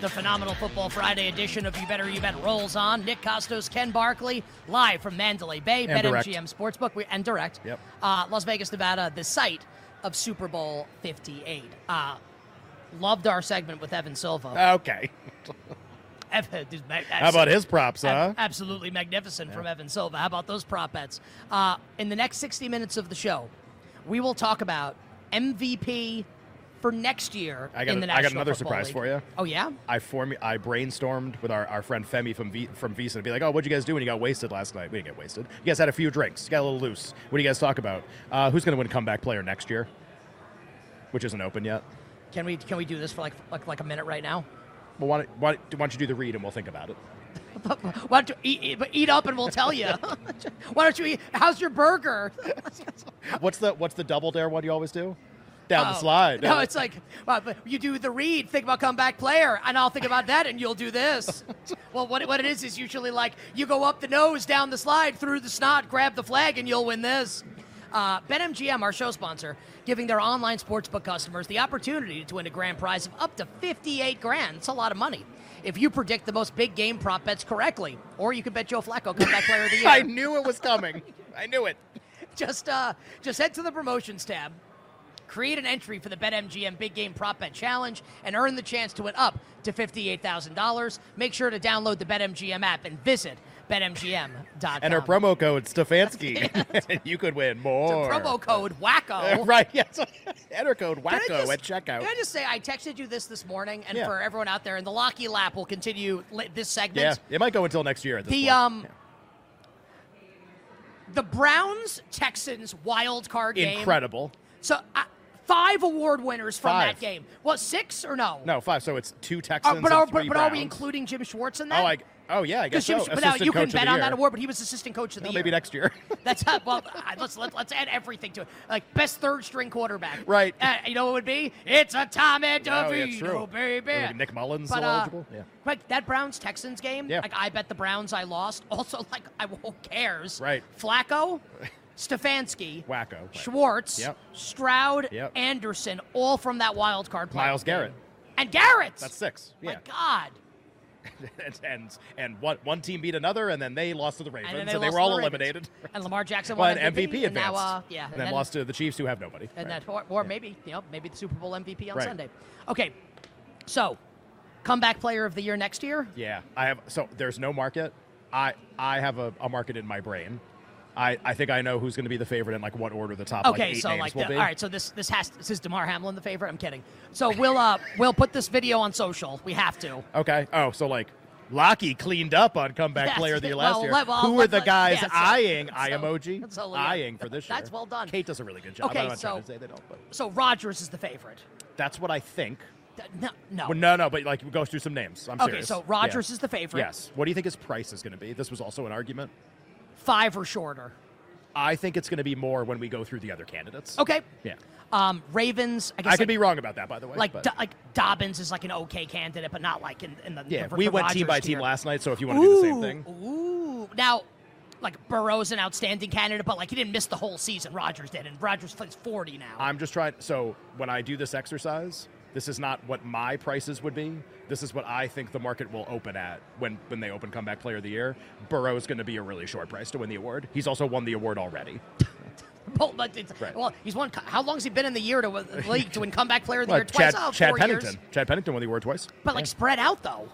The phenomenal Football Friday edition of You Better You Bet rolls on. Nick Costos, Ken Barkley, live from Mandalay Bay, And direct. BetMGM Sportsbook, we- and direct. Yep. Uh, Las Vegas, Nevada, the site of Super Bowl 58. Uh, loved our segment with Evan Silva. Okay. Uh, How about his props, huh? Absolutely magnificent from Evan Silva. How about those prop bets? Uh, in the next 60 minutes of the show, we will talk about MVP for next year I got in a- the I got National another Football surprise League. for you. Oh, yeah? I form I brainstormed with our, our friend Femi from v, from Visa to be like, oh, what'd you guys do when you got wasted last night? We didn't get wasted. You guys had a few drinks. You got a little loose. What do you guys talk about? Uh, who's going to win comeback player next year? Which isn't open yet. Can we can we do this for like like, like a minute right now? Well, why, don't- why, don't- why don't you do the read and we'll think about it? Why don't you eat, eat, but eat up and we'll tell you. Why don't you eat? How's your burger? What's the what's the double dare one you always do? Down the Oh. slide. Uh, No, it's like well, but you do the read, think about comeback player, and I'll think about that, and you'll do this. well, what, it- what it is is usually like you go up the nose, down the slide, through the snot, grab the flag, and you'll win this. Uh, BetMGM, our show sponsor, giving their online sportsbook customers the opportunity to win a grand prize of up to 58 grand. It's a lot of money. If you predict the most big game prop bets correctly, or you can bet Joe Flacco comeback player of the year. I knew it was coming. I knew it. just uh, just head to the promotions tab, create an entry for the BetMGM Big Game Prop Bet Challenge, and earn the chance to win up to fifty-eight thousand dollars. Make sure to download the BetMGM app and visit betmgm.com. And our promo code Stefanski. you could win The more. promo code Wacko. right. Yes. Enter code Can I Wacko just- at checkout. Can I just say I texted you this this morning, and Yeah. for everyone out there, and the Locky Lap will continue li- this segment. Yeah, it might go until next year. At this The point. um, the Browns Texans wild card game. incredible. So uh, five award winners from Five. that game. Well, six or no? No five. So it's two Texans. Uh, but are, and three but, but are we Browns. including Jim Schwartz in Oh, that? I, oh yeah, I guess Because so. Jim, but now Assistant you can coach of bet the on that year. award, but he was assistant coach of the Well, year. maybe next year. That's how, well, I- let's let, let's add everything to it. Like best third string quarterback. Right. Uh, you know what it would be? It's a Tommy Oh, yeah, DeVito, it's true. baby. Maybe Nick Mullins but, still uh, eligible? Yeah. Like that Browns Texans game. Yeah. Like I bet the Browns I lost. Also like I who cares? Right. Flacco, Stefanski, Wacko, right. Schwartz, Yep. Stroud, Yep. Anderson, all from that wild card. playoff Myles game. Garrett. And Garrett. That's six. My Yeah. God. and and, and one, one team beat another, and then they lost to the Ravens, and they, lost were to all the Ravens. eliminated. And Lamar Jackson Well, won an MVP and now, advanced. uh, yeah. And then lost to the Chiefs, who have nobody. And Right. that, or, or maybe you know, maybe the Super Bowl MVP on Right. Sunday. Okay, so comeback player of the year next year. Yeah, I have. So there's no market. I I have a, a market in my brain. I, I think I know who's going to be the favorite and like what order the top Okay, like eight so names like, will the, be. all right, so this this has this is Demar Hamlin the favorite. I'm kidding. So we'll uh we'll put this video on social. We have to. Okay. Oh, so like Lockie cleaned up on comeback Yes, player of the year well, last year. let- well, Who let- are the let- guys yeah, so- eyeing so- eye emoji? so, yeah, eyeing for this year. that's well done. Kate does a really good job. Okay, I'm not trying to so- say they don't, but So Rogers is the favorite. that's what I think. Th- No, no. Well, no, no, but like we go through some names. I'm Oh. okay, serious. so Rogers Yeah. is the favorite. Yes. What do you think his price is going to be? This was also an argument. Five or shorter. I think it's going to be more when we go through the other candidates. Okay. Yeah. Um, Ravens. I guess I could like, be wrong about that, by the way. like but- Do- like Dobbins is like an okay candidate, but not like in, in the Yeah, the- we the went team Rodgers by team tier. last night, so if you want to do the same thing. Ooh, now, like Burrow's an outstanding candidate, but like he didn't miss the whole season. Rogers did, and Rogers plays forty now. I'm just trying. So when I do this exercise, this is not what my prices would be. This is what I think the market will open at when, when they open comeback player of the year. Burrow is going to be a really short price to win the award. He's also won the award already. Well, but it's- Right. well, he's won. How long has he been in the year to the league to win comeback player of the Well, year twice? Uh, Chad, Oh, Chad four Pennington. years. Chad Pennington won the award twice. But like spread out though.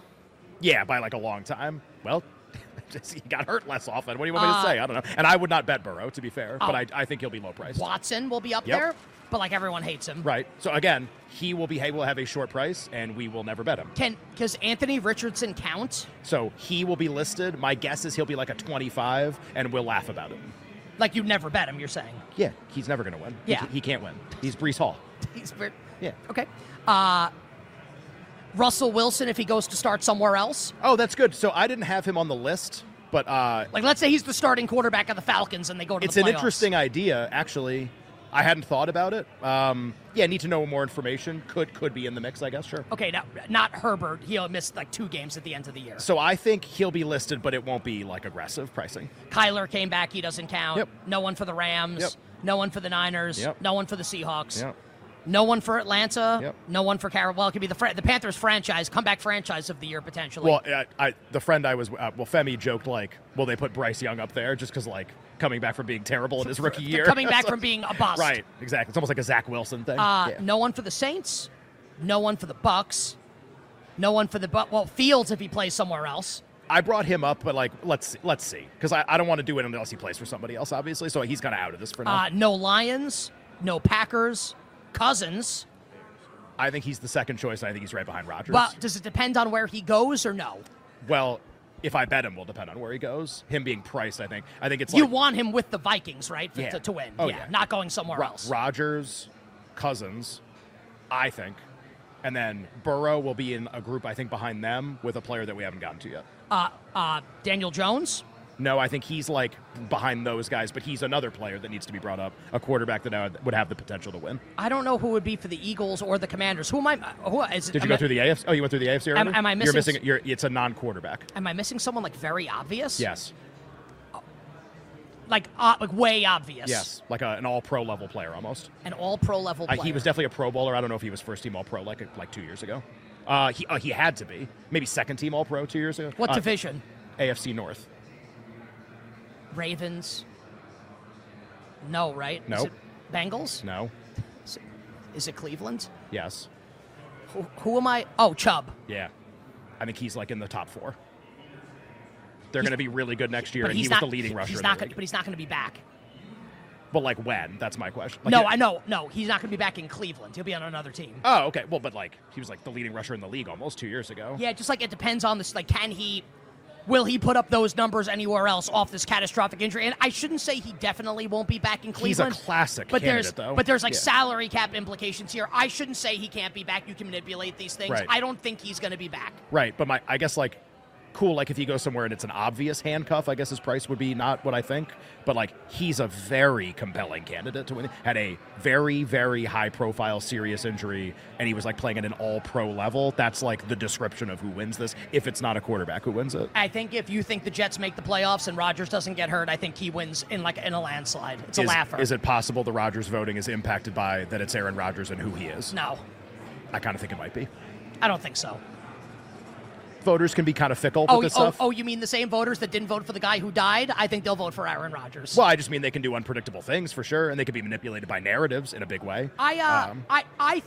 Yeah, by like a long time. Well, just, he got hurt less often. What do you want me Uh, to say? I don't know. And I would not bet Burrow, to be fair, Oh. but I, I think he'll be low priced. Watson will be up Yep. there. but like everyone hates him. Right. So again, he will be he will have a short price, and we will never bet him. Can does Anthony Richardson count? So he will be listed. My guess is he'll be like a 25, and we'll laugh about it. Like you never bet him. You're saying Yeah, he's never gonna win. He Yeah. ca- he, can't win. He's Brees Hall. he's weird. Yeah. Okay. Uh, Russell Wilson, if he goes to start somewhere else, Oh, that's good. So I didn't have him on the list, but uh, like let's say he's the starting quarterback of the Falcons and they go to it's the an playoffs. interesting idea, actually. I hadn't thought about it. Um, yeah, need to know more information. Could could be in the mix, I guess. Sure. Okay, now not Herbert. He'll miss like two games at the end of the year. So I think he'll be listed, but it won't be like aggressive pricing. Kyler came back. He doesn't count. Yep. No one for the Rams. Yep. No one for the Niners. Yep. No one for the Seahawks. Yep. No one for Atlanta. Yep. No one for Carol. Well, it could be the Fra- the Panthers franchise comeback franchise of the year potentially. Well, I, I, the friend I was uh, well, Femi joked like, "Will they put Bryce Young up there just because like coming back from being terrible in his rookie year?" coming back from being a bust. right, exactly. It's almost like a Zach Wilson thing. Uh, Yeah. No one for the Saints. No one for the Bucks. No one for the but well Fields if he plays somewhere else. I brought him up, but like, let's see, let's see, because I, I don't want to do it unless he plays for somebody else, obviously. So he's kind of out of this for now. Uh, no Lions. No Packers. Cousins. I think he's the second choice. and I think he's right behind Rodgers. Well, does it depend on where he goes or no? well, if I bet him, will depend on where he goes. Him being priced, I think. I think it's you like want him with the Vikings, right? For, Yeah. to, to win. Oh, yeah. yeah. Not going somewhere Ro- else. Rodgers, Cousins, I think, and then Burrow will be in a group I think behind them with a player that we haven't gotten to yet. uh, uh, Daniel Jones. No, I think he's like behind those guys, but he's another player that needs to be brought up, a quarterback that I would have the potential to win. I don't know who would be for the Eagles or the Commanders. Who am I? uh, Who is? Did you am go I, through the AFC? Oh, you went through the AFC Am- already? am I You're missing missing s- it. You're, it's a non-quarterback. Am I missing someone like very obvious? Yes. Like uh, like way obvious. Yes. Like a, an all-pro level player almost. An all pro level Uh, player. he was definitely a Pro Bowler. I don't know if he was first team All-Pro like like two years ago. Uh, he uh, he had to be maybe second team All-Pro two years ago. What Uh, division? AFC North. Ravens. No, right? Is No. it Bengals. No. Is it- Is it Cleveland? Yes. Who, who am I? Oh, Chubb. Yeah. I think he's like in the top four. They're He's- going to be really good next year, but and he's he not was the leading rusher. He's in not. the Gonna, league. but he's not going to be back. But like when? That's my question. Like, no, yeah- I know. No, he's not going to be back in Cleveland. He'll be on another team. Oh, okay. Well, but like he was like the leading rusher in the league almost two years ago. Yeah, just like it depends on this. Like, can he, will he put up those numbers anywhere else off this catastrophic injury? And I shouldn't say he definitely won't be back in He's a Cleveland. classic but candidate, there's, though. But there's like Yeah. salary cap implications here. I shouldn't say he can't be back. You can manipulate these things. Right. I don't think he's going to be back. Right. But my, I guess like, cool. Like if he goes somewhere and it's an obvious handcuff, I guess his price would be not what I think. But like he's a very compelling candidate to win. Had a very very high profile serious injury, and he was like playing at an all pro level. That's like the description of who wins this. If it's not a quarterback who wins it. I think if you think the Jets make the playoffs and Rodgers doesn't get hurt, I think he wins in like in a landslide. It's a is, laugher. is it possible the Rodgers voting is impacted by that it's Aaron Rodgers and who he is? No, I kind of think it might be. I don't think so. Voters can be kind of fickle Oh, with this oh, stuff. oh, you mean the same voters that didn't vote for the guy who died? I think they'll vote for Aaron Rodgers. Well, I just mean they can do unpredictable things for sure, and they can be manipulated by narratives in a big way. I uh, Um, I I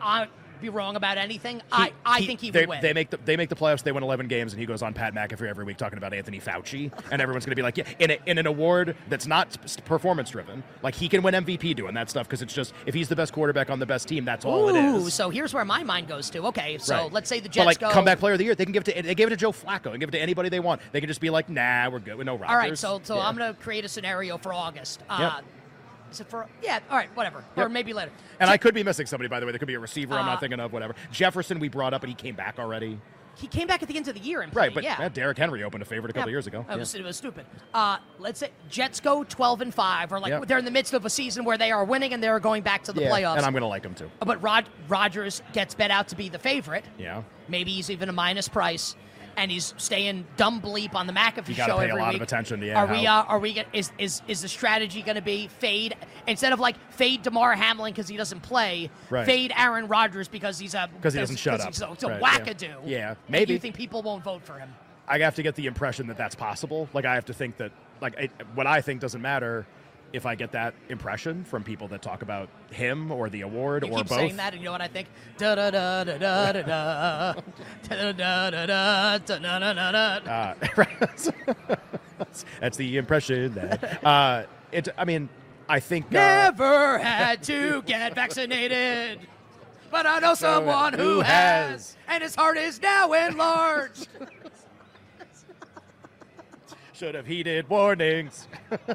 I'd be wrong about anything. I he- I think he they, would win. They make the they make the playoffs. They win eleven games, and he goes on Pat McAfee every week talking about Anthony Fauci, and everyone's going to be like, yeah, in, a, in an award that's not performance driven. Like he can win MVP doing that stuff because it's just if he's the best quarterback on the best team, that's all it Ooh, is. so here's where my mind goes to. Okay, so Right. let's say the But, Jets like go. comeback player of the year, they can give it to they gave it to Joe Flacco and give it to anybody they want. They can just be like, nah, we're good with no Rodgers. All right, so so Yeah. I'm gonna create a scenario for August. Uh, Yep. Is it for? Yeah. All right, whatever, or Yep. maybe later. And Je- I could be missing somebody, by the way. There could be a receiver I'm Uh, not thinking of, whatever. Jefferson, we brought up, and he came back already. he came back at the end of the year and Right, played, but yeah. yeah, Derrick Henry opened a favorite a couple Yeah. years ago. It was, it was stupid. Uh, let's say Jets go 12 and 5, or like Yep. they're in the midst of a season where they are winning and they're going back to the Yeah, playoffs. And I'm going to like him too. but Rod- Rodgers gets bet out to be the favorite. Yeah. Maybe he's even a minus price, and he's staying dumb bleep on the McAfee You show gotta pay a every lot of week. attention to, yeah, are we? Uh, how- are we? gonna- Is is is the strategy going to be fade instead of like fade Demar Hamlin because he doesn't play? Right. Fade Aaron Rodgers because he's a Because he doesn't shut up. He's a, he's a Right, yeah. wackadoo. Yeah, And maybe. you think people won't vote for him? I have to get the impression that that's possible. Like, I have to think that, like, it, what I think doesn't matter if I get that impression from people that talk about him or the award You or keep both. saying that, and you know what I think? Da da da da da da da da da da da da da da da. Uh, that's the impression that uh, it. I mean, I think uh, Never had to get vaccinated. But I know someone who who has, has. and his heart is now enlarged. should have heeded warnings.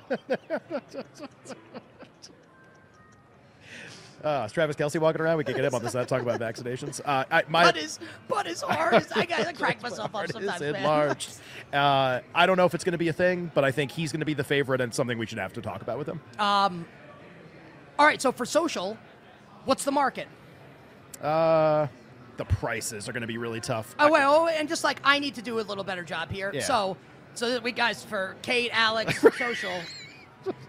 Uh, is Travis Kelsey walking around? We could get him on this. Talk about vaccinations. Uh, I, my, But his, but his heart is. I gotta crack myself up It sometimes, is man. enlarged. Uh, I don't know if it's going to be a thing, but I think he's going to be the favorite and something we should have to talk about with him. All right, so for social, what's the market? Uh, the prices are going to be really tough. Oh well, and just like I need to do a little better job here. Yeah. So, so that we guys for Kate, Alex, social.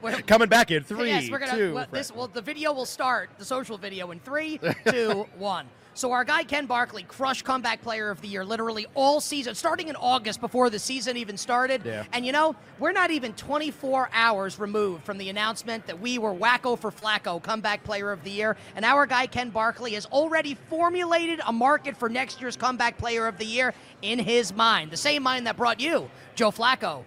We're, Coming back in three, yes, we're gonna. two, well, Fred. this well, the video will start the social video in three, two, one. So our guy Ken Barkley crushed comeback player of the year literally all season, starting in August before the season even started. Yeah. And you know, we're not even 24 hours removed from the announcement that we were wacko for Flacco comeback player of the year, and our guy Ken Barkley has already formulated a market for next year's comeback player of the year in his mind, the same mind that brought you Joe Flacco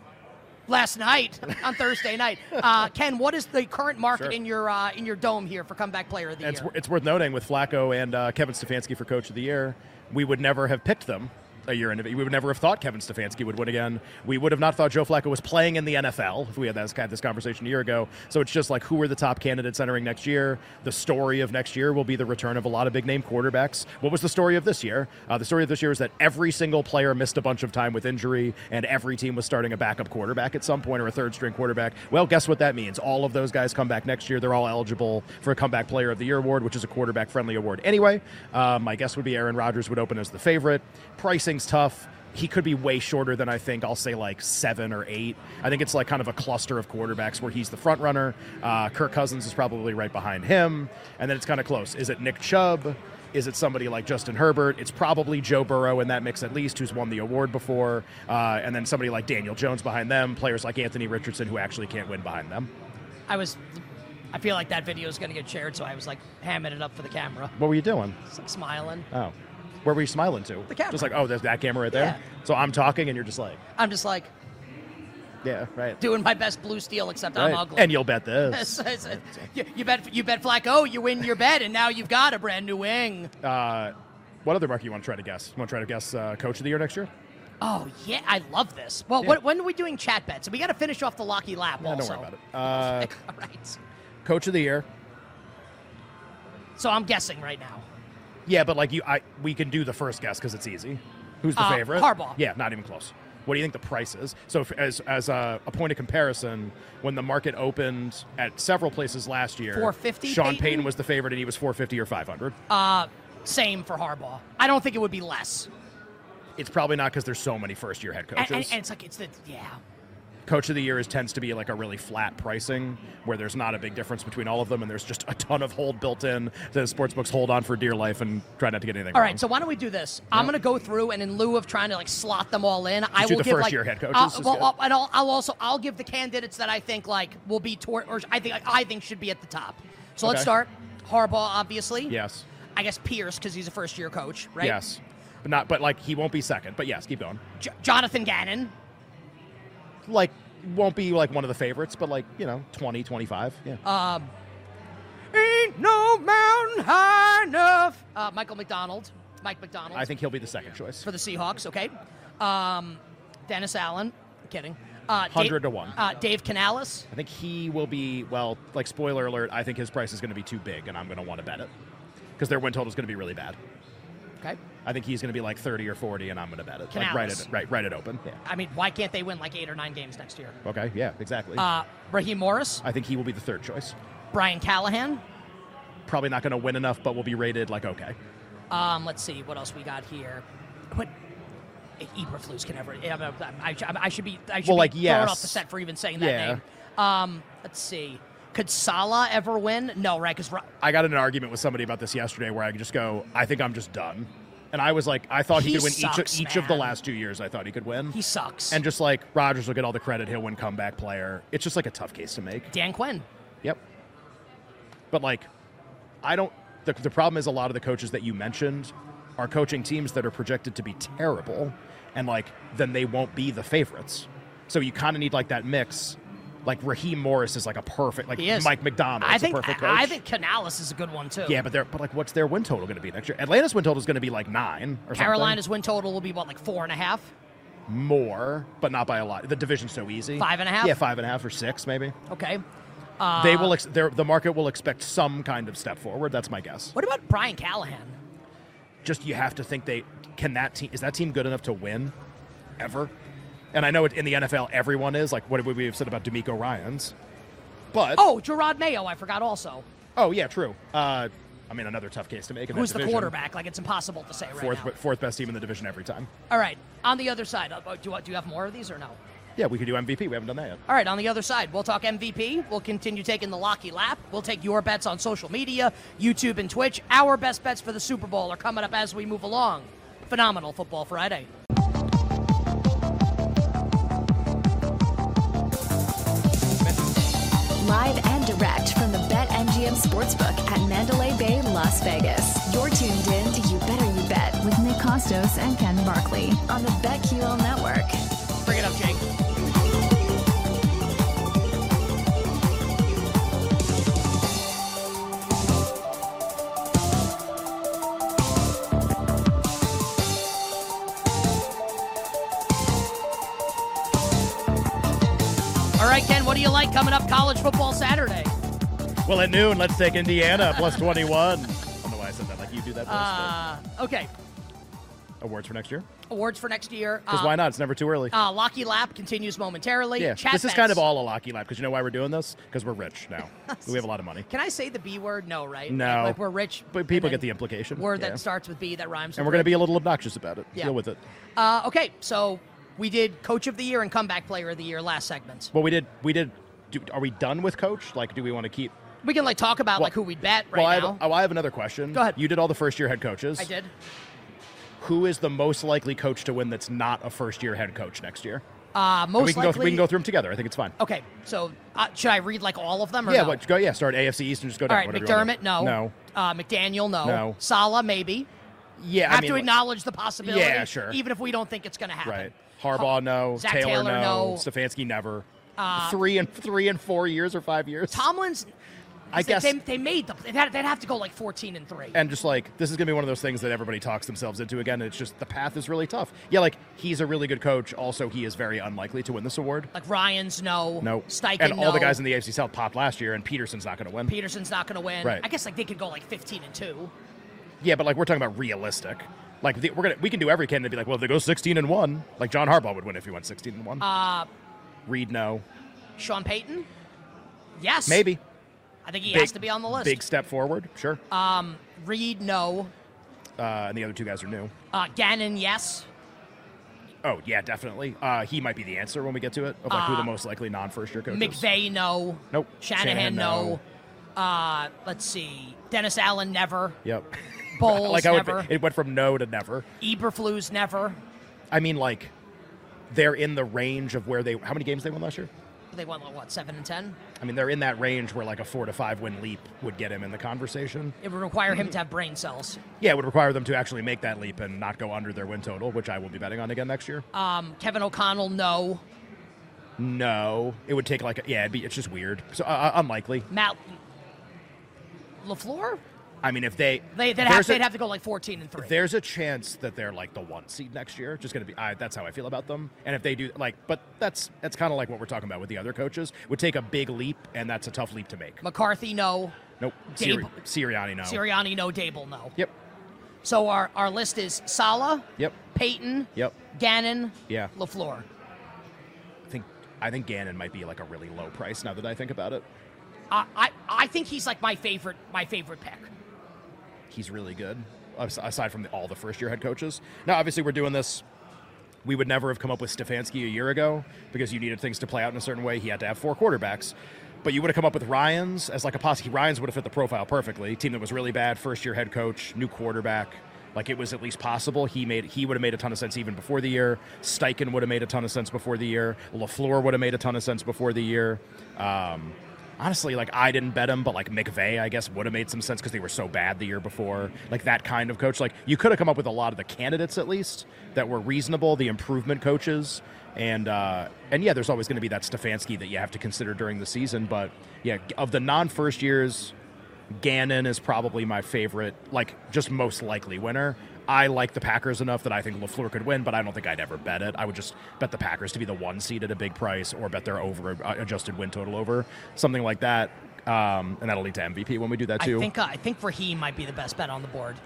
last night on Thursday night. Uh, Ken, what is the current market Sure. in your uh, in your dome here for comeback player of the And it's, year? it's worth noting with Flacco and uh, Kevin Stefanski for Coach of the Year, we would never have picked them a year into. We would never have thought Kevin Stefanski would win again. We would have not thought Joe Flacco was playing in the NFL if we had this, had this conversation a year ago. So it's just like who are the top candidates entering next year. The story of next year will be the return of a lot of big name quarterbacks. What was the story of this year? Uh, the story of this year is that every single player missed a bunch of time with injury, and every team was starting a backup quarterback at some point or a third string quarterback. Well, guess what that means? All of those guys come back next year. They're all eligible for a comeback player of the year award, which is a quarterback friendly award anyway. Um, my guess would be Aaron Rodgers would open as the favorite. Pricing's tough. He could be way shorter than I think. I'll say like seven or eight. I think it's like kind of a cluster of quarterbacks where he's the front runner. Uh, Kirk Cousins is probably right behind him. And then it's kind of close. Is it Nick Chubb? Is it somebody like Justin Herbert? It's probably Joe Burrow in that mix at least, who's won the award before, uh, and then somebody like Daniel Jones behind them. Players like Anthony Richardson, who actually can't win behind them. I was, I feel like that video is going to get shared, so I was like hamming it up for the camera, What were you doing? just, like smiling. Oh, where were you smiling to? The camera. Just like, oh, there's that camera right there. Yeah. So I'm talking, and you're just like, I'm just like yeah, right. doing my best blue steel, except right. I'm ugly. And you'll bet this. It's- it's- you, you bet you bet Flacco, you win your bet, and now you've got a brand new wing. Uh, what other market you want to try to guess? You want to try to guess uh, coach of the year next year? Oh yeah, I love this. Well, Yeah. what, when are we doing chat bets? And we got to finish off the Locky lap. No, don't also. worry about it. Uh, All right. coach of the year. So I'm guessing right now. Yeah, but like you, I we can do the first guess because it's easy. Who's the Uh, favorite? Harbaugh. Yeah, not even close. What do you think the price is? So, if, as as a, a point of comparison, when the market opened at several places last year, 450 Sean Payton? Payton? was the favorite, and he was four fifty or five hundred. Uh, same for Harbaugh. I don't think it would be less. it's probably not because there's so many first year head And, coaches. and, and it's like it's the yeah. Coach of the year is tends to be like a really flat pricing where there's not a big difference between all of them, and there's just a ton of hold built in. The sportsbooks hold on for dear life and try not to get anything. All wrong. right, so why don't we do this? I'm gonna go through and in lieu of trying to like slot them all in, I do will the give first like year head coaches, I'll- is well, good. I'll, and I'll, I'll also I'll give the candidates that I think like will be toward or I think I think should be at the top. So let's Okay. start Harbaugh, obviously. yes, I guess Pierce because he's a first year coach, right? yes, but not. But like he won't be second. But yes, keep going. J- Jonathan Gannon. Like won't be like one of the favorites, but like you know 20, 25. Yeah. Uh, Ain't no mountain high enough. Uh, Michael McDonald. Mike McDonald. I think he'll be the second choice. for the Seahawks. Okay, um, Dennis Allen. Kidding. Uh, Dave- 100 to one. Uh, Dave Canales. I think he will be, well, like, spoiler alert, I think his price is going to be too big, and I'm going to want to bet it because their win total is going to be really bad. Okay. I think he's going to be like 30 or 40, and I'm going to bet it. Like, right Canales. it, right, right it open. Yeah. I mean, why can't they win like eight or nine games next year? Okay. Yeah, exactly. Uh, Raheem Morris, I think he will be the third choice. Brian Callahan. Probably not going to win enough, but will be rated like okay. Um, let's see what else we got here. What Eberflus can ever? I, I, I- I should be. I should Well, be like, thrown off yes. the set for even saying that Yeah. name. Um, let's see. Could Salah ever win? No, right? Because I got in an argument with somebody about this yesterday where I could just go, I think I'm just done. And I was like, I thought he, He could win sucks, each, of, each of the man. last two years. I thought he could win. he sucks. and just like Rogers will get all the credit, he'll win comeback player. It's just like a tough case to make. Dan Quinn. Yep. But like, I don't. The, the problem is a lot of the coaches that you mentioned are coaching teams that are projected to be terrible, and like then they won't be the favorites. So you kind of need like that mix Like Raheem Morris is like a perfect, like He is. Mike McDonald. I think a perfect coach. I think Canales is a good one too. Yeah, but they're but like, what's their win total going to be next year? Atlanta's win total is going to be like nine or Carolina's win total will be what, like four and a half? something more, but not by a lot. The division's so easy. Five and a half? Uh, Yeah, five and a half or six maybe. Okay. they will. Ex- they're- the market will expect some kind of step forward. That's my guess. What about Brian Callahan? Just you have to think they can that team is that team good enough to win ever? And I know it, in the NFL everyone is like what would we have said about D'Amico Ryan's, but oh, Oh, Gerard Mayo, I forgot also. yeah, true. Uh, I mean another tough case to make. In that Who's the division. quarterback? Like it's impossible to say right Fourth now. fourth best team in the division every time. All right. On the other side, uh, do you- do you have more of these or no? Yeah, we could do MVP. We haven't done that yet. All right, on the other side, we'll talk MVP. We'll continue taking the Locky lap. We'll take your bets on social media, YouTube, and Twitch. Our best bets for the Super Bowl are coming up as we move along. Phenomenal Football Friday. Live and direct from the BetMGM Sportsbook at Mandalay Bay, Las Vegas. You're tuned in to You Better You Bet with Nick Costos and Ken Barkley on the BetQL Network. Bring it up, Jake. All right, Ken, what do you like coming up college football Saturday? Well, at noon, let's take Indiana plus 21. I don't know why I said that. Like, you do that for us, Uh, okay, but awards for next year? awards for next year. Because why not? It's never too early. Uh, Locky Lap continues momentarily. yeah. Chat this is bets. kind of all a Locky lap because you know why we're doing this? Because we're rich now. we have a lot of money. Can I say the B word? No, right? No. Like, like, we're rich. But people and then get the implication. Word Yeah. that starts with B that rhymes. And with we're going to rich. be a little obnoxious about it. Yeah. Deal with it. Uh, okay, so we did Coach of the Year and Comeback Player of the Year last segment. Well, we did. We did. Do, are we done with coach? Like, do we want to keep? We can like talk about Well- like who we bet right well, I have, now. oh, I have another question. Go ahead. You did all the first year head coaches. I did. Who is the most likely coach to win that's not a first year head coach next year? Uh, most And we can likely. go. We can go through them together. I think it's fine. Okay, so uh, should I read like all of them? Or yeah. no? What, go. Yeah. Start AFC East and just go All down. right, whatever you wanna McDermott, do. no. No. Uh, McDaniel, no. No. Sala, maybe. Yeah. Have I mean, to like- acknowledge the possibility. Yeah, sure. Even if we don't think it's going to happen. Right. Harbaugh, no. Zach Taylor, Taylor, no. no. Uh, Stefanski, never. three and three and four years or five years. Tomlin's. I they- guess. they, they made them. They'd have, they'd have to go like fourteen and three. and just like this is gonna be one of those things that everybody talks themselves into again. It's just the path is really tough. Yeah, like he's a really good coach. Also, he is very unlikely to win this award. like Ryan's no. No. Steichen and all no. the guys in the AFC South popped last year, and Peterson's not gonna win. Peterson's not going to win. Right. I guess like they could go like fifteen and two. yeah, but like we're talking about realistic. Like the, we're gonna we can do every candidate and be like, well, if they go sixteen and one, like John Harbaugh would win if he went sixteen and one. Uh, Reed, no, Sean Payton. Yes. maybe. I think he Big- has to be on the list. Uh, Big step forward, sure. Reed, no. uh, and the other two guys are new. Uh, Gannon, yes. Oh yeah, definitely. Uh, he might be the answer when we get to it of like who the most likely non first year coach is. Uh, McVay, no. Nope. Shanahan, Shanahan, no. Uh, let's see. Dennis Allen, never. Yep. Bowles, like I never. would, it went from no to never. Eberflus, never. I mean, like they're in the range of where they how many games they won last year. They won like, what seven and ten. I mean, they're in that range where like a four to five win leap would get him in the conversation. It would require him to have brain cells. Yeah, it would require them to actually make that leap and not go under their win total, which I will be betting on again next year. Um, Kevin O'Connell, no. no, it would take like a, yeah, it'd be, it's just weird. So uh, uh, unlikely. Matt Lafleur. I mean, if they They they'd have, there's a- they'd have to go like fourteen and three. There's a chance that they're like the one seed next year. Just gonna be I, that's how I feel about them. And if they do like, but that's that's kind of like what we're talking about with the other coaches. Would take a big leap, and that's a tough leap to make. McCarthy, no. Nope. Dave- Siri- Sirianni, no. Sirianni, no. Dable, no. Yep. So our our list is Sala, Yep. Peyton, Yep. Gannon, Yeah. Lafleur. I think I think Gannon might be like a really low price now that I think about it. I, I I think he's like my favorite my favorite pick. He's really good. as- Aside from the, all the first year head coaches. Now, obviously, we're doing this. We would never have come up with Stefanski a year ago because you needed things to play out in a certain way. He had to have four quarterbacks. But you would have come up with Ryan's as like a possibility. Ryan's would have fit the profile perfectly. Team that was really bad, first year head coach, new quarterback. Like it was at least possible. He made he would have made a ton of sense even before the year. Steichen would have made a ton of sense before the year. Lafleur would have made a ton of sense before the year. Um, honestly, like I didn't bet him, but like McVay, I guess, would have made some sense because they were so bad the year before. Like that kind of coach. Like you could have come up with a lot of the candidates at least that were reasonable, the improvement coaches, and uh, and yeah, there's always going to be that Stefanski that you have to consider during the season. But yeah, of the non-first years, Gannon is probably my favorite, like just most likely winner. I like the Packers enough that I think LaFleur could win, but I don't think I'd ever bet it. I would just bet the Packers to be the one seed at a big price or bet their over uh, adjusted win total over, something like that. Um, and that'll lead to MVP when we do that I too. think uh, I think Raheem might be the best bet on the board.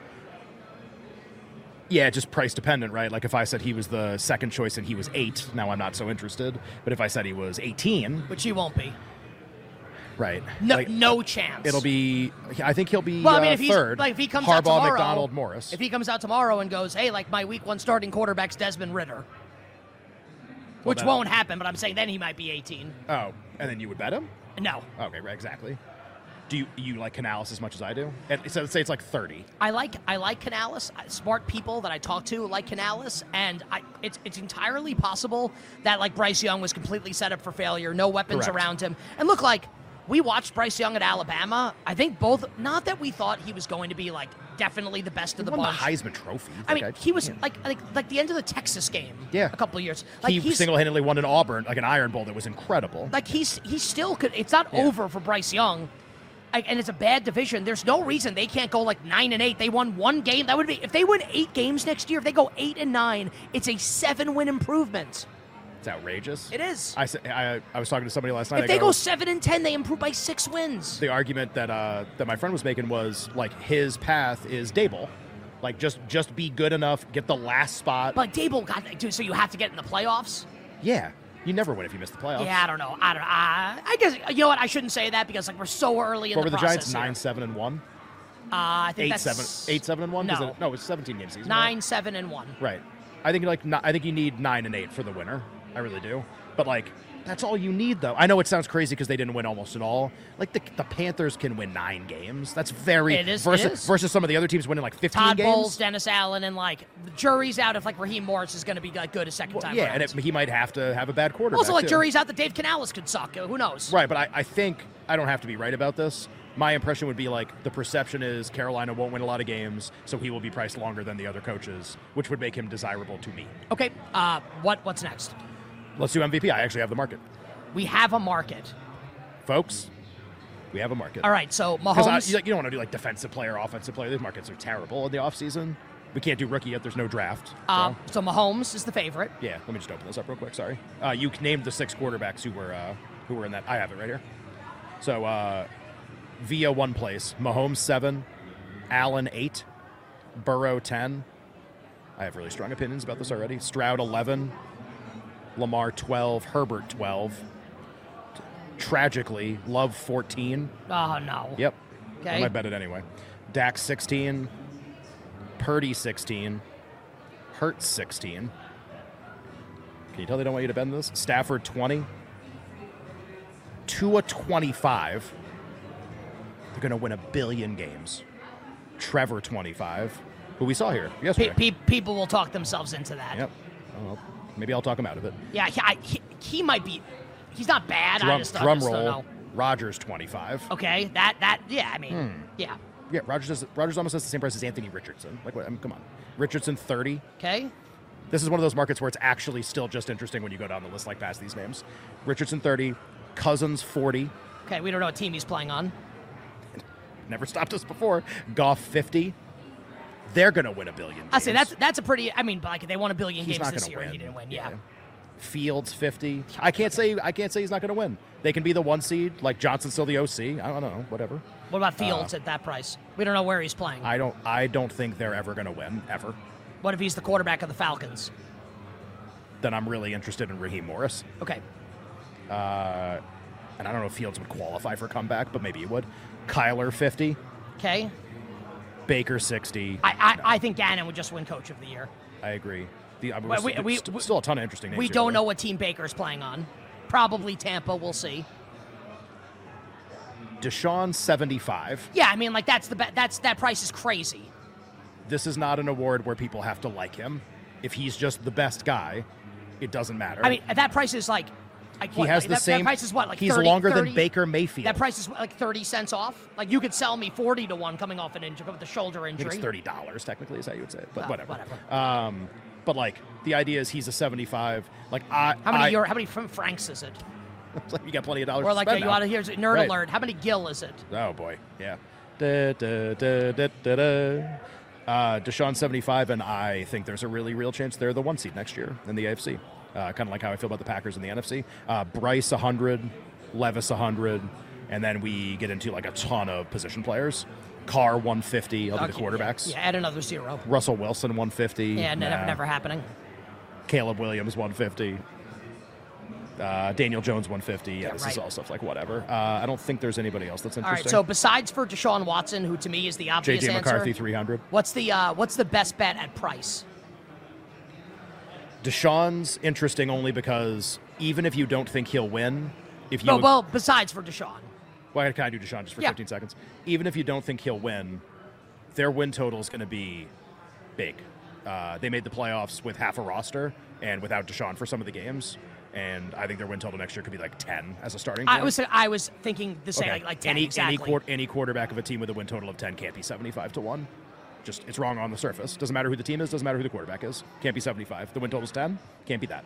yeah, just price dependent, right? Like if I said he was the second choice and he was eight, now I'm not so interested. But if I said he was 18, Which he won't be. right? No, like, no chance. It'll be. I think he'll be. Well, I mean, uh, if he's third. like if he comes Harbaugh, out tomorrow, McDonald, Morris. If he comes out tomorrow and goes, "Hey, like my week one starting quarterback's Desmond Ritter," which that- won't happen, but I'm saying then he might be 18. oh, and then you would bet him. No, Okay, right, exactly. Do you, you like Canales as much as I do? At, so let's say it's like 30. I like I like Canales. I- Smart people that I talk to like Canales, and I, it's it's entirely possible that like Bryce Young was completely set up for failure. No weapons Correct. around him, and look like we watched Bryce Young at Alabama. I think both. Not that we thought he was going to be like definitely the best of the Won the bunch. Heisman Trophy. I Like, mean, he was yeah. like like like the end of the Texas game. Yeah. a couple of years. Like he he's- single-handedly won an Auburn, like an Iron Bowl that was incredible. like he's he still could. It's not over for Bryce Young, like, and it's a bad division. There's no reason they can't go like nine and eight. They won one game. That would be if they win eight games next year. If they go eight and nine, it's a seven win improvement. it's outrageous. It is. I, sa- I, I was talking to somebody last night. I if they go, go seven and ten, they improve by six wins. the argument that uh, that my friend was making was like his path is Dable, like just just be good enough, get the last spot. But Dable got dude, so you have to get in the playoffs. yeah, you never win if you miss the playoffs. Yeah, I don't know. I don't. I, I guess you know what. I shouldn't say that because like we're so early in What were the the process. Giants? Nine, seven, and one. here. Uh, I think Eight, that's seven, eight, seven, and one. 'Cause No. it- no, it's seventeen game season. right? nine, seven, and one. Right. I think like ni- I think you need nine and eight for the winner. I really do. But like that's all you need though. I know it sounds crazy because they didn't win almost at all. Like the, the Panthers can win nine games. That's very It is- it versus is. versus some of the other teams winning like fifteen Todd games. Bowles, Dennis Allen, and like the jury's out if like Raheem Morris is going to be like good a second Well, time. yeah, around. and it, he might have to have a bad quarterback. also like too. jury's out that Dave Canales could suck. Uh, Who knows? Right, but I, I think I don't have to be right about this. My impression would be like the perception is Carolina won't win a lot of games, so he will be priced longer than the other coaches, which would make him desirable to me. Okay. Uh, what what's next? Let's do MVP. I actually have the market. We have a market. Folks, we have a market. All right. So Because Mahomes. you, like, you don't want to do like defensive player, offensive player. These markets are terrible in the offseason. We can't do rookie yet. There's no draft. So, uh, so Mahomes is the favorite. yeah, let me just open this up real quick. Sorry. Uh, you named the six quarterbacks who were uh, who were in that. I have it right here. So uh, Via one place, Mahomes seven, Allen eight, Burrow ten. I have really strong opinions about this already. Stroud eleven, Lamar twelve, Herbert twelve. Tragically, Love fourteen. Oh no. Yep. Okay. I might bet it anyway. Dak 16, Purdy 16, Hertz 16. Can you tell they don't want you to bend this? Stafford 20, Tua 25. They're going to win a billion games. Trevor 25, who we saw here Pe- yesterday. pe- people will talk themselves into that. Yep. Oh, well, maybe I'll talk him out of it. Yeah. He, I, he, he might be. He's not bad. I Drum, just, I drum just don't roll. know. Rogers 25. Okay. That that yeah. I mean Hmm. yeah. Yeah, Rogers, does, Rogers almost has the same price as Anthony Richardson. Like, what, I mean, come on. Richardson 30, Okay. This is one of those markets where it's actually still just interesting when you go down the list like past these names. Richardson 30, Cousins 40, Okay. We don't know what team he's playing on. never stopped us before, Goff 50. They're going to win a billion. I say games. that's that's a pretty. I mean, but like they won a billion he's games not this going year. to win. and He didn't win. Yeah. Fields 50. I can't say I can't say he's not going to win. They can be the one seed like Johnson's still the OC. I don't know, whatever. What about Fields at that price? We don't know where he's playing. Uh, I don't I don't think they're ever going to win ever. what if he's the quarterback of the Falcons? Then I'm really interested in Raheem Morris. Okay. And I don't know if Fields would qualify for comeback, but maybe he would. Kyler 50, Okay. Baker 60. I, I, I think Gannon would just win Coach of the Year. I agree. The, I mean, Well, we, we- we- st- we- still a ton of interesting names. We here, don't though. know what team Baker's playing on. Probably Tampa. We'll see. Deshaun seventy five. Yeah, I mean, like that's the be- that's that price is crazy. This is not an award where people have to like him. If he's just the best guy, it doesn't matter. I mean, that price is like Like, He what, has like, the that, that same. price is what, like he's 30 longer 30 than Baker Mayfield. That price is what, like 30 cents off. Like you could sell me 40 to 1 coming off an injury with a shoulder I think injury. it's thirty dollars technically is how you would say it, but Oh, whatever. whatever. Um, but like the idea is he's a seventy-five. Like I, How many I, euro, how many fr- francs is it? you got plenty of dollars. Or to like spend you now. out of here's nerd Right. alert. How many gill is it? Oh boy, yeah. Da, da, da, da, da, da. Uh, Deshaun seventy five, and I think there's a really real chance they're the one seed next year in the AFC. Uh, kind of like how I feel about the Packers in the NFC. Uh, Bryce hundred, Levis hundred, and then we get into like a ton of position players. Carr one fifty. I'll be the Okay, yeah, quarterbacks. Yeah, add another zero. Russell Wilson one fifty. Yeah, no, never, never happening. Caleb Williams 150. Uh, Daniel Jones 150. Yeah, Yeah, this right. is all stuff like whatever. Uh, I don't think there's anybody else that's All right. interesting. So besides for Deshaun Watson, who to me is the obvious JJ answer, McCarthy 300. what's the uh, what's the best bet at price? Deshaun's interesting only because even if you don't think he'll win, if you No, Oh, well, besides for Deshaun, why can I do Deshaun just for Yeah. 15 seconds? Even if you don't think he'll win, their win total is going to be big. Uh, they made the playoffs with half a roster and without Deshaun for some of the games, and I think their win total next year could be like 10 as a starting. I point. was I was thinking the same, like, like 10 any exactly. any, quar- any quarterback of a team with a win total of ten can't be seventy five to one. Just it's wrong on the surface. Doesn't matter who the team is. Doesn't matter who the quarterback is. Can't be seventy five. The win total's ten. Can't be that.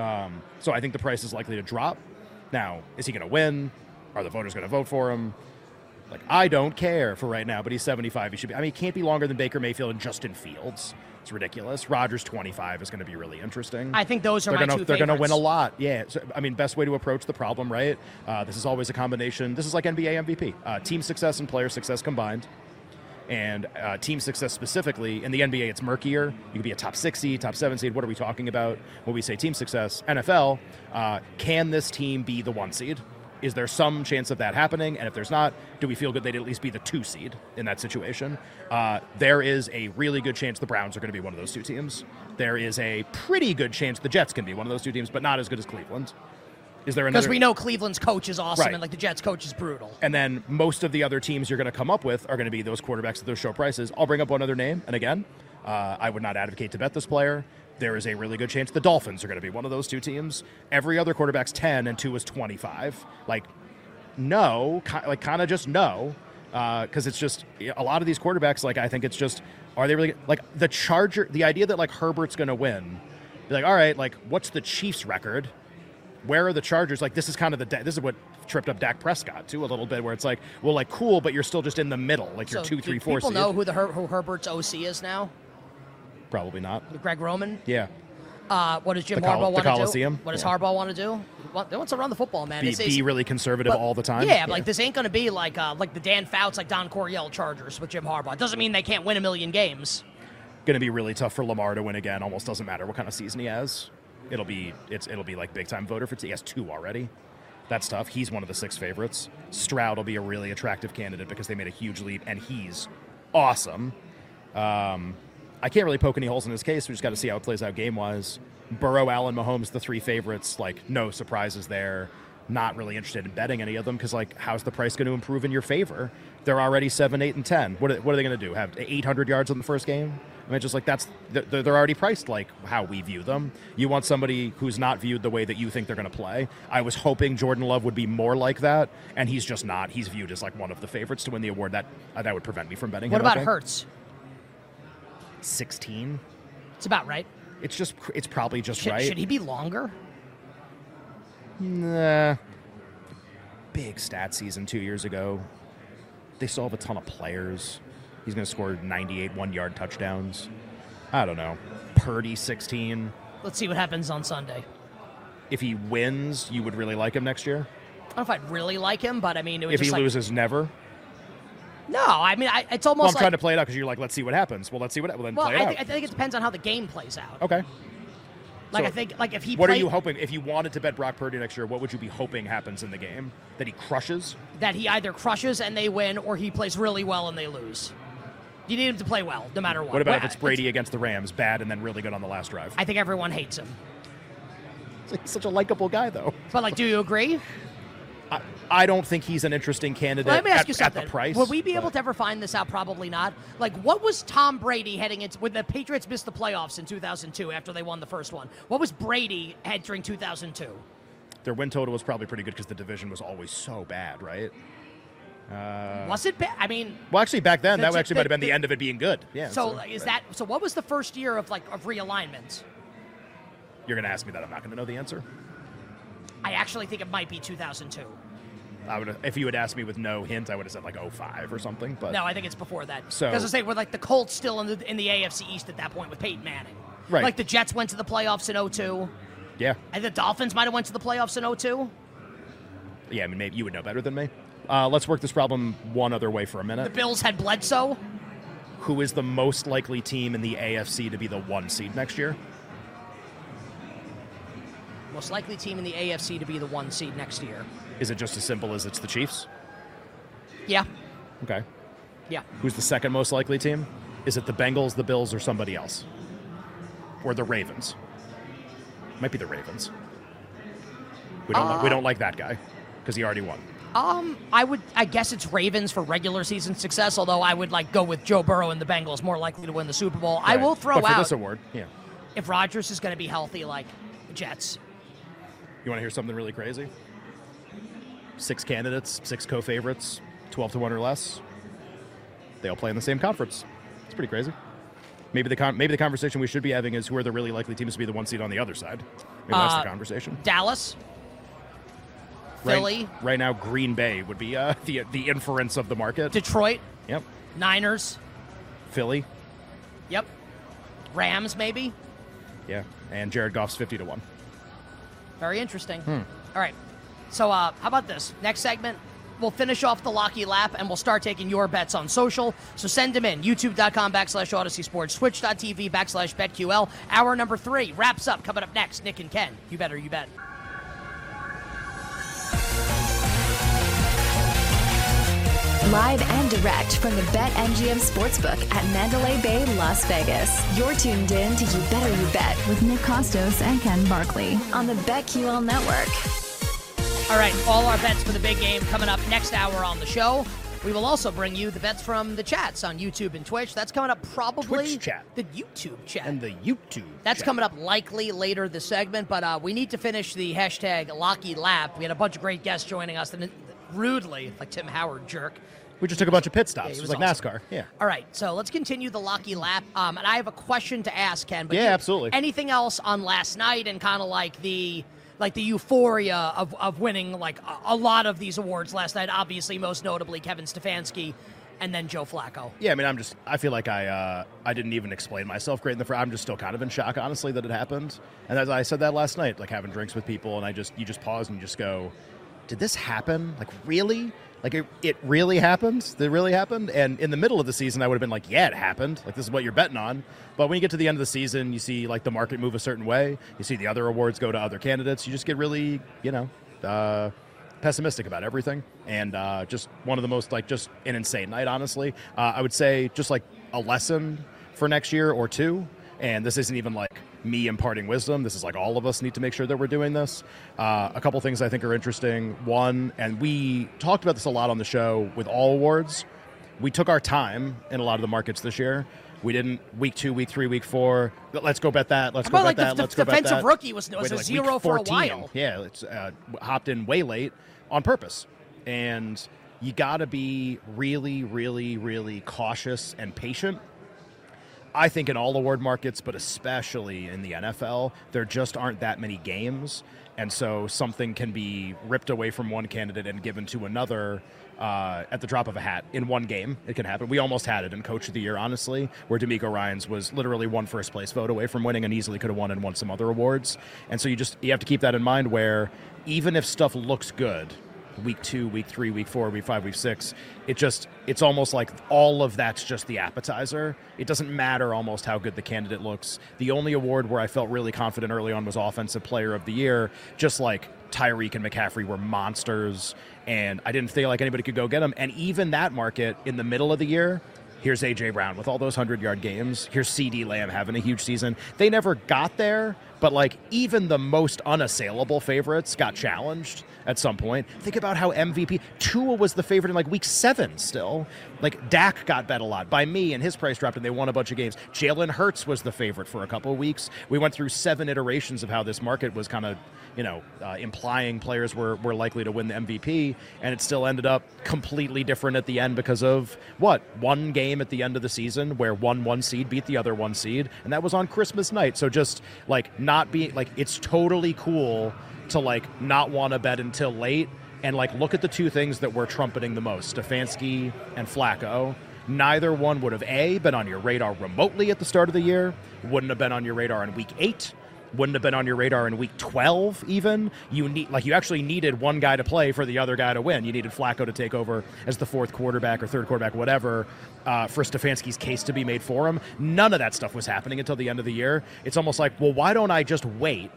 Um, so I think the price is likely to drop. Now, is he going to win? Are the voters going to vote for him? Like I don't care for right now, but he's seventy five. He should be. I mean, he can't be longer than Baker Mayfield and Justin Fields. It's ridiculous. Rogers twenty five is going to be really interesting. I think those are They're my gonna two they're gonna win a favorites. lot. Yeah. So, I mean, best way to approach the problem, right? Uh, this is always a combination. This is like NBA MVP. Uh, team success and player success combined. And uh, team success specifically in the NBA, it's murkier. You could be a top six seed, top seven seed. What are we talking about when we say team success? NFL, uh, can this team be the one seed? Is there some chance of that happening? And if there's not, do we feel good they'd at least be the two seed in that situation? Uh, there is a really good chance the Browns are going to be one of those two teams. There is a pretty good chance the Jets can be one of those two teams, but not as good as Cleveland. Is there another? because we know Cleveland's coach is awesome Right. and like the Jets coach is brutal. And then most of the other teams you're going to come up with are going to be those quarterbacks at those show prices. I'll bring up one other name. And again, uh, I would not advocate to bet this player. There is a really good chance the Dolphins are going to be one of those two teams. Every other quarterback's 10 and two is 25. Like, no, ki- like kind of just no, because it's just a lot of these quarterbacks. Like I think it's just are they really like the Charger? The idea that like Herbert's going to win, be like all right, like what's the Chiefs' record? Where are the Chargers? Like this is kind of the da- this is what tripped up Dak Prescott too a little bit, where it's like well like cool, but you're still just in the middle, like you're so two, do three, four. People seed. know who the Her- who Herbert's OC is now. Probably not. Greg Roman. Yeah, Uh, what does Jim The Col- Harbaugh the want to do? Coliseum? What does Yeah. Harbaugh want to do? He want- He wants to run the football, man. be, It's- it's- be really conservative But- all the time. Yeah, but like this ain't going to be like uh, like the Dan Fouts, like Don Coryell Chargers with Jim Harbaugh. Doesn't mean they can't win a million games. going to be really tough for Lamar to win again. Almost doesn't matter what kind of season he has. It'll be it's it'll be like big time voter for. He has two already. That's tough. He's one of the six favorites. Stroud will be a really attractive candidate because they made a huge leap and he's awesome. Um, I can't really poke any holes in his case. We just got to see how it plays out game wise. Burrow, Allen, Mahomes, the three favorites. Like no surprises there. Not really interested in betting any of them because like how's the price going to improve in your favor? They're already seven, eight, and ten. What are, what are they going to do? Have 800 yards in the first game? I mean, just like that's they're, they're already priced like how we view them. You want somebody who's not viewed the way that you think they're going to play. I was hoping Jordan Love would be more like that, and he's just not. He's viewed as like one of the favorites to win the award. That uh, that would prevent me from betting. What him, I about think. Hertz? 16? It's about right. It's just it's probably just Should, right. should he be longer? Nah. Big stat season two years ago. They still have a ton of players. He's going to score 98 one yard touchdowns. I don't know. Purdy 16. Let's see what happens on Sunday. If he wins, you would really like him next year. I don't know if I'd really like him, but I mean, it was If just he like, loses, never. no. I mean, I, it's Well, I'm almost trying to like play it out because you're like, let's see what happens. Well, let's see what. Well, then well, play it I, out. think I think it depends on how the game plays out. okay. Like so I think, like if he What are played- you hoping? If you wanted to bet Brock Purdy next year, what would you be hoping happens in the game? That he crushes? that he either crushes and they win, or he plays really well and they lose. You need him to play well, no matter what. What about Well, if it's Brady against the Rams, bad and then really good on the last drive? I think everyone hates him. He's such a likable guy, though. But like, do you agree? I, I don't think he's an interesting candidate Let me ask at, you at something. the price. Would we be able but to ever find this out? Probably not. Like, what was Tom Brady heading into when the Patriots missed the playoffs in 2002 after they won the first one? What was Brady entering 2002? Their win total was probably pretty good because the division was always so bad, right? Uh, was it? Ba- I mean, Well, actually, back then, That's that it. actually might have been The- the, end of it being good. Yeah. so is that? So what was the first year of like of realignment? You're gonna ask me that? I'm not gonna know the answer. I actually think it might be 2002. I would, if you had asked me with no hint, I would have said like 05 or something. But No, I think it's before that. Uh, So- because I say we're like the Colts still in the in the AFC East at that point with Peyton Manning. Right. Like the Jets went to the playoffs in 02. yeah, And the Dolphins might have went to the playoffs in 02. yeah. I mean, maybe you would know better than me. Uh, let's work this problem one other way for a The minute. Bills had Bledsoe. Who is the most likely team in the AFC to be the one seed next year? Most likely team in the AFC to be the one seed next year. Is it just as simple as it's the Chiefs? Yeah. Okay. Yeah. Who's the second most likely team? Is it the Bengals, the Bills, or somebody else? Or the Ravens? Might be the Ravens. We don't, li- we Uh, don't like that guy because he already won. Um, I would I guess it's Ravens for regular season success, although I would like go with Joe Burrow and the Bengals more likely to win the Super Bowl. I Right. will throw but for out this award. Yeah. if Rodgers is going to be healthy like the Jets. You want to hear something really crazy? Six candidates, six co-favorites, twelve to one or less. They all play in the same conference. It's pretty crazy. Maybe the con- maybe the conversation we should be having is who are the really likely teams to be the one seed on the other side. Maybe that's the Uh, conversation. Dallas, Right- Philly, Right, now, Green Bay would be uh, the the inference of the market. Detroit, yep. Niners, Philly. yep. Rams maybe. Yeah. And Jared Goff's fifty to one. Very interesting. Hmm. All right. So, uh, how about this? Next segment, we'll finish off the Locky Lap and we'll start taking your bets on social. So send them in. YouTube.com backslash Odyssey Sports, Twitch.tv backslash BetQL. Hour number three wraps up. Coming up next, Nick and Ken. You better, you bet. Live and direct from the BetMGM Sportsbook at Mandalay Bay, Las Vegas. You're tuned in to You Better You Bet with Nick Costos and Ken Barkley on the BetQL Network. All right. All our bets for the big game coming up next hour on the show. We will also bring you the bets from the chats on YouTube and Twitch. That's coming up probably Twitch chat. the YouTube chat. And the YouTube. That's coming up likely later this segment, but uh, we need to finish the hashtag Locky Lap. We had a bunch of great guests joining us, and rudely, like Tim Howard jerk. We just took a bunch of pit stops. he it was was like awesome. NASCAR. Yeah. All right, so let's continue the Locky Lap. Um, and I have a question to ask Ken. But Yeah, you- absolutely. Anything else on last night and kind of like the like the euphoria of, of winning like a, a lot of these awards last night? Obviously, most notably Kevin Stefanski, and then Joe Flacco. Yeah, I mean, I'm just. I feel like I. Uh, I didn't even explain myself great in the. Fr- I'm just still kind of in shock, honestly, that it happened. And as I said that last night, like having drinks with people, and I just you just pause and you just go, "Did this happen? Like really? Like it, it really happened? It really happened?" And in the middle of the season, I would have been like, "Yeah, it happened. Like this is what you're betting on." But when you get to the end of the season, you see like the market move a certain way. You see the other awards go to other candidates. You just get really, you know. Uh, pessimistic about everything and uh, just one of the most like just an insane night honestly uh, i would say just like a lesson for next year or two and this isn't even like me imparting wisdom this is like all of us need to make sure that we're doing this uh, a couple things i think are interesting one and we talked about this a lot on the show with all awards we took our time in a lot of the markets this year we didn't week two, week three, week four. Let's go bet that. Let's How about, go bet like, the that. f- let's go bet defensive that. rookie was- was Wait, a like, week zero for a 14. while. Yeah, it's uh, w- hopped in way late on purpose, and you got to be really, really, really cautious and patient. I think in all award markets, but especially in the NFL, there just aren't that many games, and so something can be ripped away from one candidate and given to another uh, at the drop of a hat in one game. It can happen. We almost had it in Coach of the Year, honestly, where D'Amico Ryan's was literally one first place vote away from winning and easily could have won and won some other awards. And so you just you have to keep that in mind. Where even if stuff looks good, week two, week three, week four, week five, week six. It just it's almost like all of that's just the appetizer. It doesn't matter almost how good the candidate looks. The only award where I felt really confident early on was offensive player of the year, just like Tyreek and McCaffrey were monsters and I didn't feel like anybody could go get them. And even that market in the middle of the year, Here's AJ Brown with all those 100 yard games. Here's CD Lamb having a huge season. They never got there, but like even the most unassailable favorites got challenged at some point. Think about how MVP Tua was the favorite in like week seven still. Like Dak got bet a lot by me, and his price dropped, and they won a bunch of games. Jalen Hurts was the favorite for a couple of weeks. We went through seven iterations of how this market was kind of, you know, uh, implying players were were likely to win the MVP, and it still ended up completely different at the end because of what one game at the end of the season where one one seed beat the other one seed, and that was on Christmas night. So just like not being like it's totally cool to like not want to bet until late and like look at the two things that we're trumpeting the most Stefanski and Flacco. Neither one would have A, been on your radar remotely at the start of the year, wouldn't have been on your radar in week eight, wouldn't have been on your radar in week 12 even you need like you actually needed one guy to play for the other guy to win you needed flacco to take over as the fourth quarterback or third quarterback whatever uh, for stefanski's case to be made for him none of that stuff was happening until the end of the year it's almost like well why don't i just wait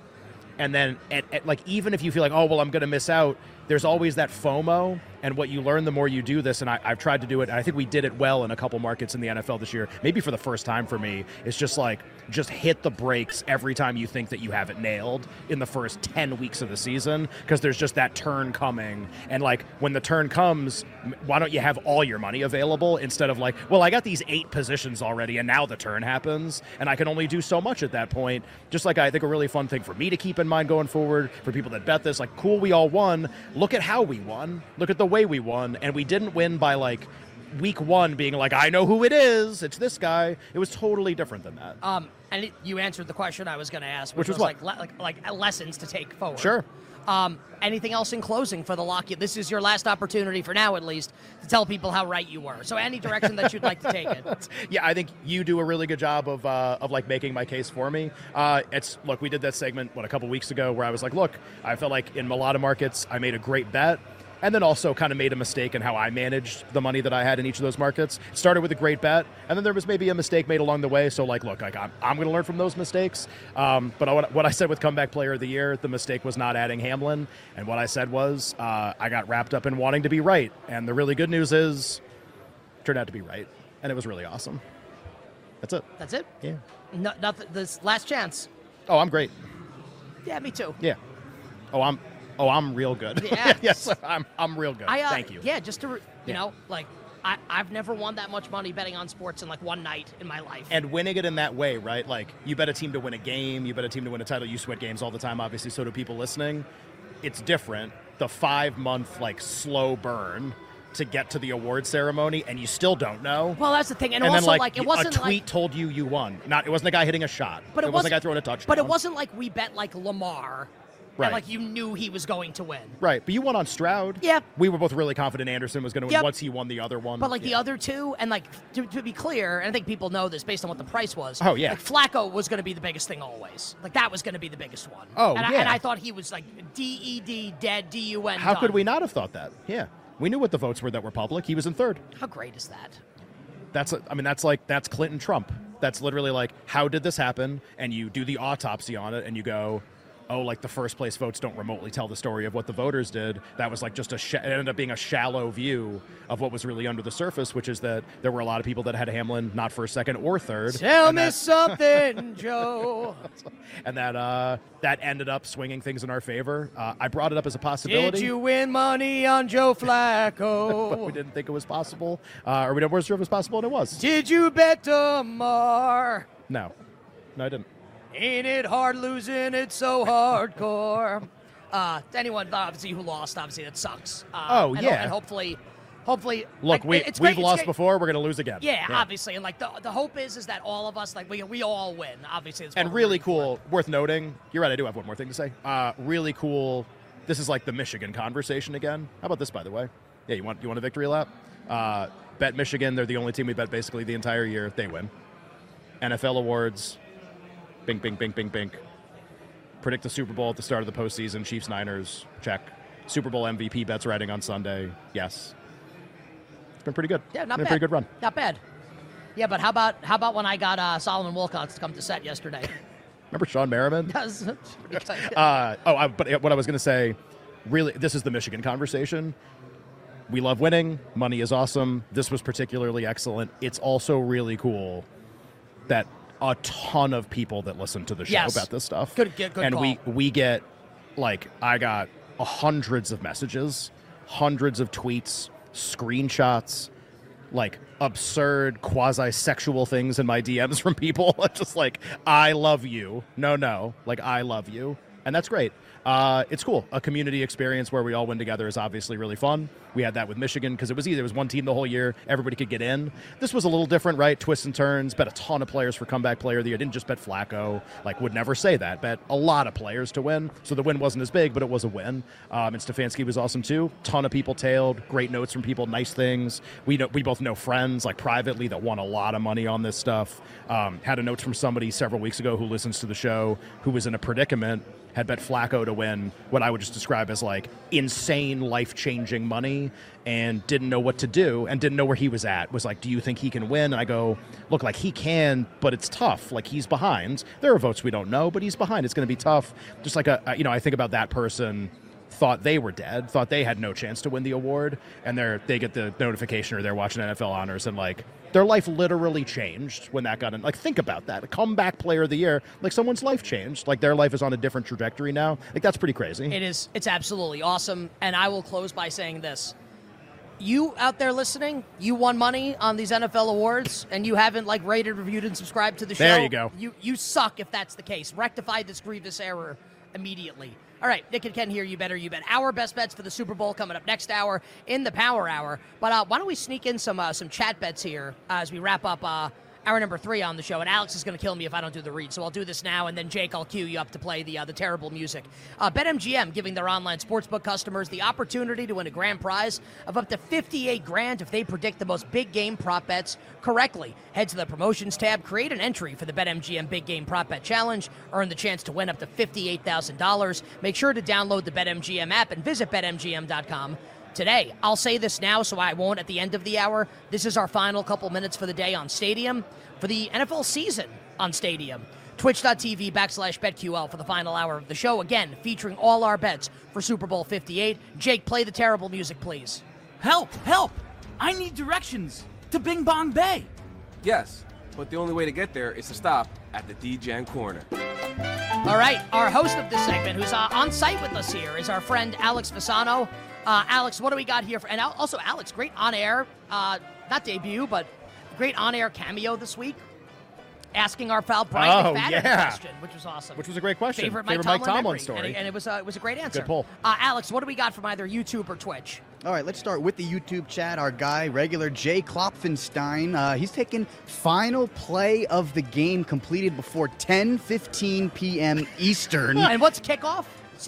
and then at, at, like even if you feel like oh well i'm going to miss out there's always that fomo and what you learn the more you do this and I, i've tried to do it and i think we did it well in a couple markets in the nfl this year maybe for the first time for me it's just like just hit the brakes every time you think that you have it nailed in the first 10 weeks of the season because there's just that turn coming and like when the turn comes m- why don't you have all your money available instead of like well i got these eight positions already and now the turn happens and i can only do so much at that point just like i think a really fun thing for me to keep in mind going forward for people that bet this like cool we all won look at how we won look at the way we won and we didn't win by like week one being like i know who it is it's this guy it was totally different than that Um, and it, you answered the question I was going to ask, which, Which was was, like, what? le- like like uh, lessons to take forward. Sure. Um, anything else in closing for the Lockheed? This is your last opportunity for now, at least, to tell people how right you were. So any direction that you'd like to take it. yeah, I think you do a really good job of uh, of like making my case for me. Uh, it's look, we did that segment what a couple weeks ago where I was like, look, I felt like in Melada markets I made a great bet. And then also kind of made a mistake in how I managed the money that I had in each of those markets. It started with a great bet, and then there was maybe a mistake made along the way. So like, look, like I'm, I'm going to learn from those mistakes. Um, but I, what- what I said with comeback player of the year, the mistake was not adding Hamlin, and what I said was uh, I got wrapped up in wanting to be right. And the really good news is turned out to be right, and it was really awesome. That's it. That's it. Yeah. No, nothing. This last chance. Oh, I'm great. Yeah, me too. Yeah. Oh, I'm. Oh, I'm real good. Yeah. yes, I'm. I'm real good. I, uh, Thank you. Yeah, just to re- you Yeah. know, like I I've never won that much money betting on sports in like one night in my life. And winning it in that way, right? Like you bet a team to win a game, you bet a team to win a title. You sweat games all the time, obviously. So do people listening. It's different. The five month like slow burn to get to the award ceremony, and you still don't know. well, that's the thing, and, and also then like, it wasn't a tweet like. told you you won. Not it wasn't a guy hitting a shot. But it, wasn't a guy wasn't- throwing a touchdown. But it wasn't like we bet like Lamar, Right. and like you knew he was going to win. Right, but you won on Stroud. Yep. We were both really confident Anderson was going to win Yep. once he won the other one. But like the Yeah. other two, and like to, to be clear, and I think people know this based on what the price was. Oh, yeah. like Flacco was going to be the biggest thing always. Like that was going to be the biggest one. Oh, and I, yeah. and I thought he was like D E D dead D U N. How could we not have thought that? Yeah. We knew what the votes were that were public. He was in third. How great is that? That's, I mean, that's like, that's Clinton Trump. That's literally like, how did this happen? And you do the autopsy on it and you go, oh, like the first place votes don't remotely tell the story of what the voters did. That was like just a, sh- it ended up being a shallow view of what was really under the surface, which is that there were a lot of people that had Hamlin not first, second, or third. Tell And me that- something, Joe. and that uh, that ended up swinging things in our favor. Uh, I brought it up as a possibility. Did you win money on Joe We Flacco? didn't think it was possible, uh, or we weren't sure if it was possible, and it was. Did you bet Lamar? No, no, I didn't. Ain't it hard losing? It's so hardcore. Uh, to anyone obviously who lost, obviously that sucks. Uh, Oh, and, yeah. And hopefully, hopefully. Look, like, we it- it's we've great- it's lost great- before. We're gonna lose again. Yeah, obviously, and like the, the hope is is that all of us like we, we all win. Obviously, that's And what we're really rooting for. cool, worth noting. You're right. I do have one more thing to say. Uh, really cool. This is like the Michigan conversation again. How about this, by the way? Yeah, you want you want a victory lap? Uh, bet Michigan. They're the only team we bet basically the entire year. They win. NFL awards. Bink, bink, bink, bink, bink. Predict the Super Bowl at the start of the postseason. Chiefs, Niners. Check. Super Bowl MVP bets riding on Sunday. Yes. It's been pretty good. Yeah, not bad. been a pretty good run. Not bad. Yeah, but how about how about when I got uh, Solomon Wilcox to come to set yesterday? Remember Sean Merriman? Because- Uh, oh, I, but what I was going to say, really, this is the Michigan conversation. We love winning. Money is awesome. This was particularly excellent. It's also really cool that a ton of people that listen to the show Yes. about this stuff. Good- good- good and we call. we get like I got hundreds of messages, hundreds of tweets, screenshots, like absurd quasi sexual things in my DMs from people. just like, I love you. No, no. Like, I love you. And that's great. Uh, it's cool. A community experience where we all win together is obviously really fun. We had that with Michigan because it was either it was one team the whole year, everybody could get in. This was a little different, right? Twists and turns. Bet a ton of players for comeback player of the year. Didn't just bet Flacco. Like would never say that. Bet a lot of players to win. So the win wasn't as big, but it was a win. Um, and Stefanski was awesome too. Ton of people tailed. Great notes from people. Nice things. We know we both know friends like privately that won a lot of money on this stuff. Um, had a note from somebody several weeks ago who listens to the show who was in a predicament had bet Flacco to win what I would just describe as like insane life changing money and didn't know what to do and didn't know where he was at. Was like, do you think he can win? And I go, look, like he can, but it's tough. Like he's behind. There are votes we don't know, but he's behind. It's going to be tough. Just like, a, a- you know, I think about that person thought they were dead, thought they had no chance to win the award, and they're they get the notification or they're watching NFL honors and like their life literally changed when that got in. Like think about that. A comeback player of the year, like someone's life changed. Like their life is on a different trajectory now. Like that's pretty crazy. It is. It's absolutely awesome. And I will close by saying this. You out there listening, you won money on these NFL awards and you haven't like rated, reviewed, and subscribed to the show. There you go. You you suck if that's the case. Rectify this grievous error immediately. All right, Nick and Ken here. You better, you bet. Our best bets for the Super Bowl coming up next hour in the Power Hour. But uh, why don't we sneak in some uh, some chat bets here uh, as we wrap up uh, hour number three on the show? And Alex is going to kill me if I don't do the read, so I'll do this now. And then Jake, I'll cue you up to play the uh, the terrible music. Uh, BetMGM giving their online sportsbook customers the opportunity to win a grand prize of up to fifty eight grand if they predict the most big game prop bets correctly. Head to the promotions tab, create an entry for the BetMGM Big Game Prop Bet Challenge, earn the chance to win up to $58,000. Make sure to download the BetMGM app and visit BetMGM.com today. I'll say this now so I won't at the end of the hour. This is our final couple minutes for the day on Stadium for the NFL season on Stadium. Twitch.tv backslash BetQL for the final hour of the show. Again, featuring all our bets for Super Bowl 58. Jake, play the terrible music, please. Help! Help! I need directions to Bing Bong Bay. Yes, but the only way to get there is to stop at the D-Gen corner. All right, our host of this segment, who's uh, on site with us here, is our friend Alex Fasano. Uh, Alex, what do we got here? For, and al- also, Alex, great on air, uh, not debut, but great on air cameo this week, asking our pal Brian Oh, McFadden yeah. question, which was awesome. Which was a great question. Favorite Mike Favorite Tomlin, Mike Tomlin memory. story. And it, and it was, uh, it was a great answer. poll. Uh, Alex, what do we got from either YouTube or Twitch? All right, let's start with the YouTube chat. Our guy, regular Jay Klopfenstein, uh, he's taking final play of the game completed before 10:15 p.m. Eastern, and what's kickoff? 6.30?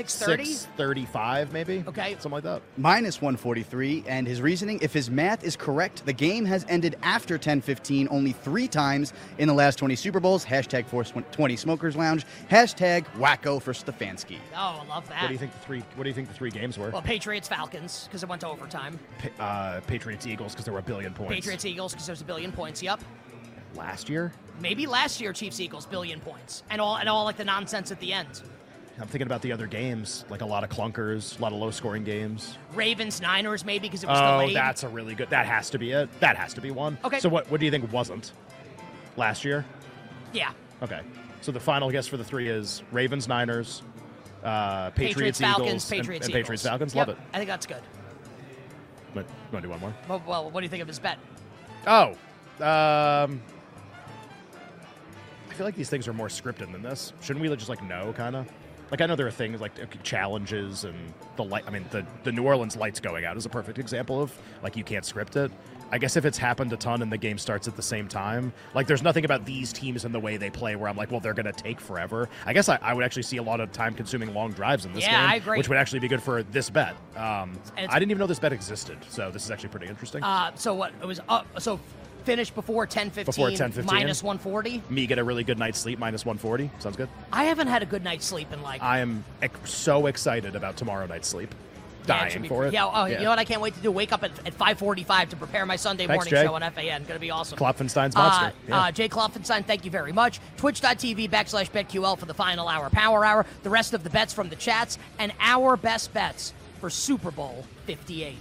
Six thirty-five, maybe. Okay. something like that. minus 143. And his reasoning: if his math is correct, the game has ended after 10:15 only three times in the last 20 Super Bowls. Hashtag 420 Smokers Lounge. Hashtag Wacko for Stefanski. Oh, I love that. What do you think the three? What do you think the three games were? Well, Patriots Falcons, because it went to overtime. Pa- uh, Patriots Eagles because there were a billion points. Patriots Eagles, because there's a billion points. Yep. last year. Maybe last year Chiefs Eagles billion points and all and all like the nonsense at the end. I'm thinking about the other games, like a lot of clunkers, a lot of low-scoring games. Ravens Niners maybe because it was Oh, delayed. that's a really good. That has to be it. That has to be one. Okay. So what what do you think wasn't last year? yeah. Okay. So the final guess for the three is Ravens, Niners, uh, Falcons Patriots, Eagles, and- Patriots and, Eagles. Patriots, Falcons. Yep, Love it. I think that's good. But you want to do one more? Well, well, what do you think of his bet? Oh, um, I feel like these things are more scripted than this. Shouldn't we just like know kind of? Like I know there are things like okay, challenges and the light. I mean, the the New Orleans lights going out is a perfect example of like you can't script it. I guess if it's happened a ton and the game starts at the same time, like there's nothing about these teams and the way they play where I'm like, well, they're gonna take forever. I guess I, I would actually see a lot of time-consuming long drives in this Yeah, game, I agree. which would actually be good for this bet. Um, And it's- I didn't even know this bet existed, so this is actually pretty interesting. Uh, so what it was uh, so finished before 10:15 Before 10:15. minus 140. me get a really good night's sleep minus 140 sounds good I haven't had a good night's sleep in like i am ec- so excited about tomorrow night's sleep yeah, it dying should be- for it Yeah, oh, you know what I can't wait to do wake up at, at 5:45 to prepare my Sunday Thanks, morning Jay. show on FAN. Going to be awesome. Klopfenstein's monster. Uh, Yeah. uh, Jay Klopfenstein, thank you very much. Twitch.tv backslash BetQL for the final hour power hour. The rest of the bets from the chats and our best bets for Super Bowl 58.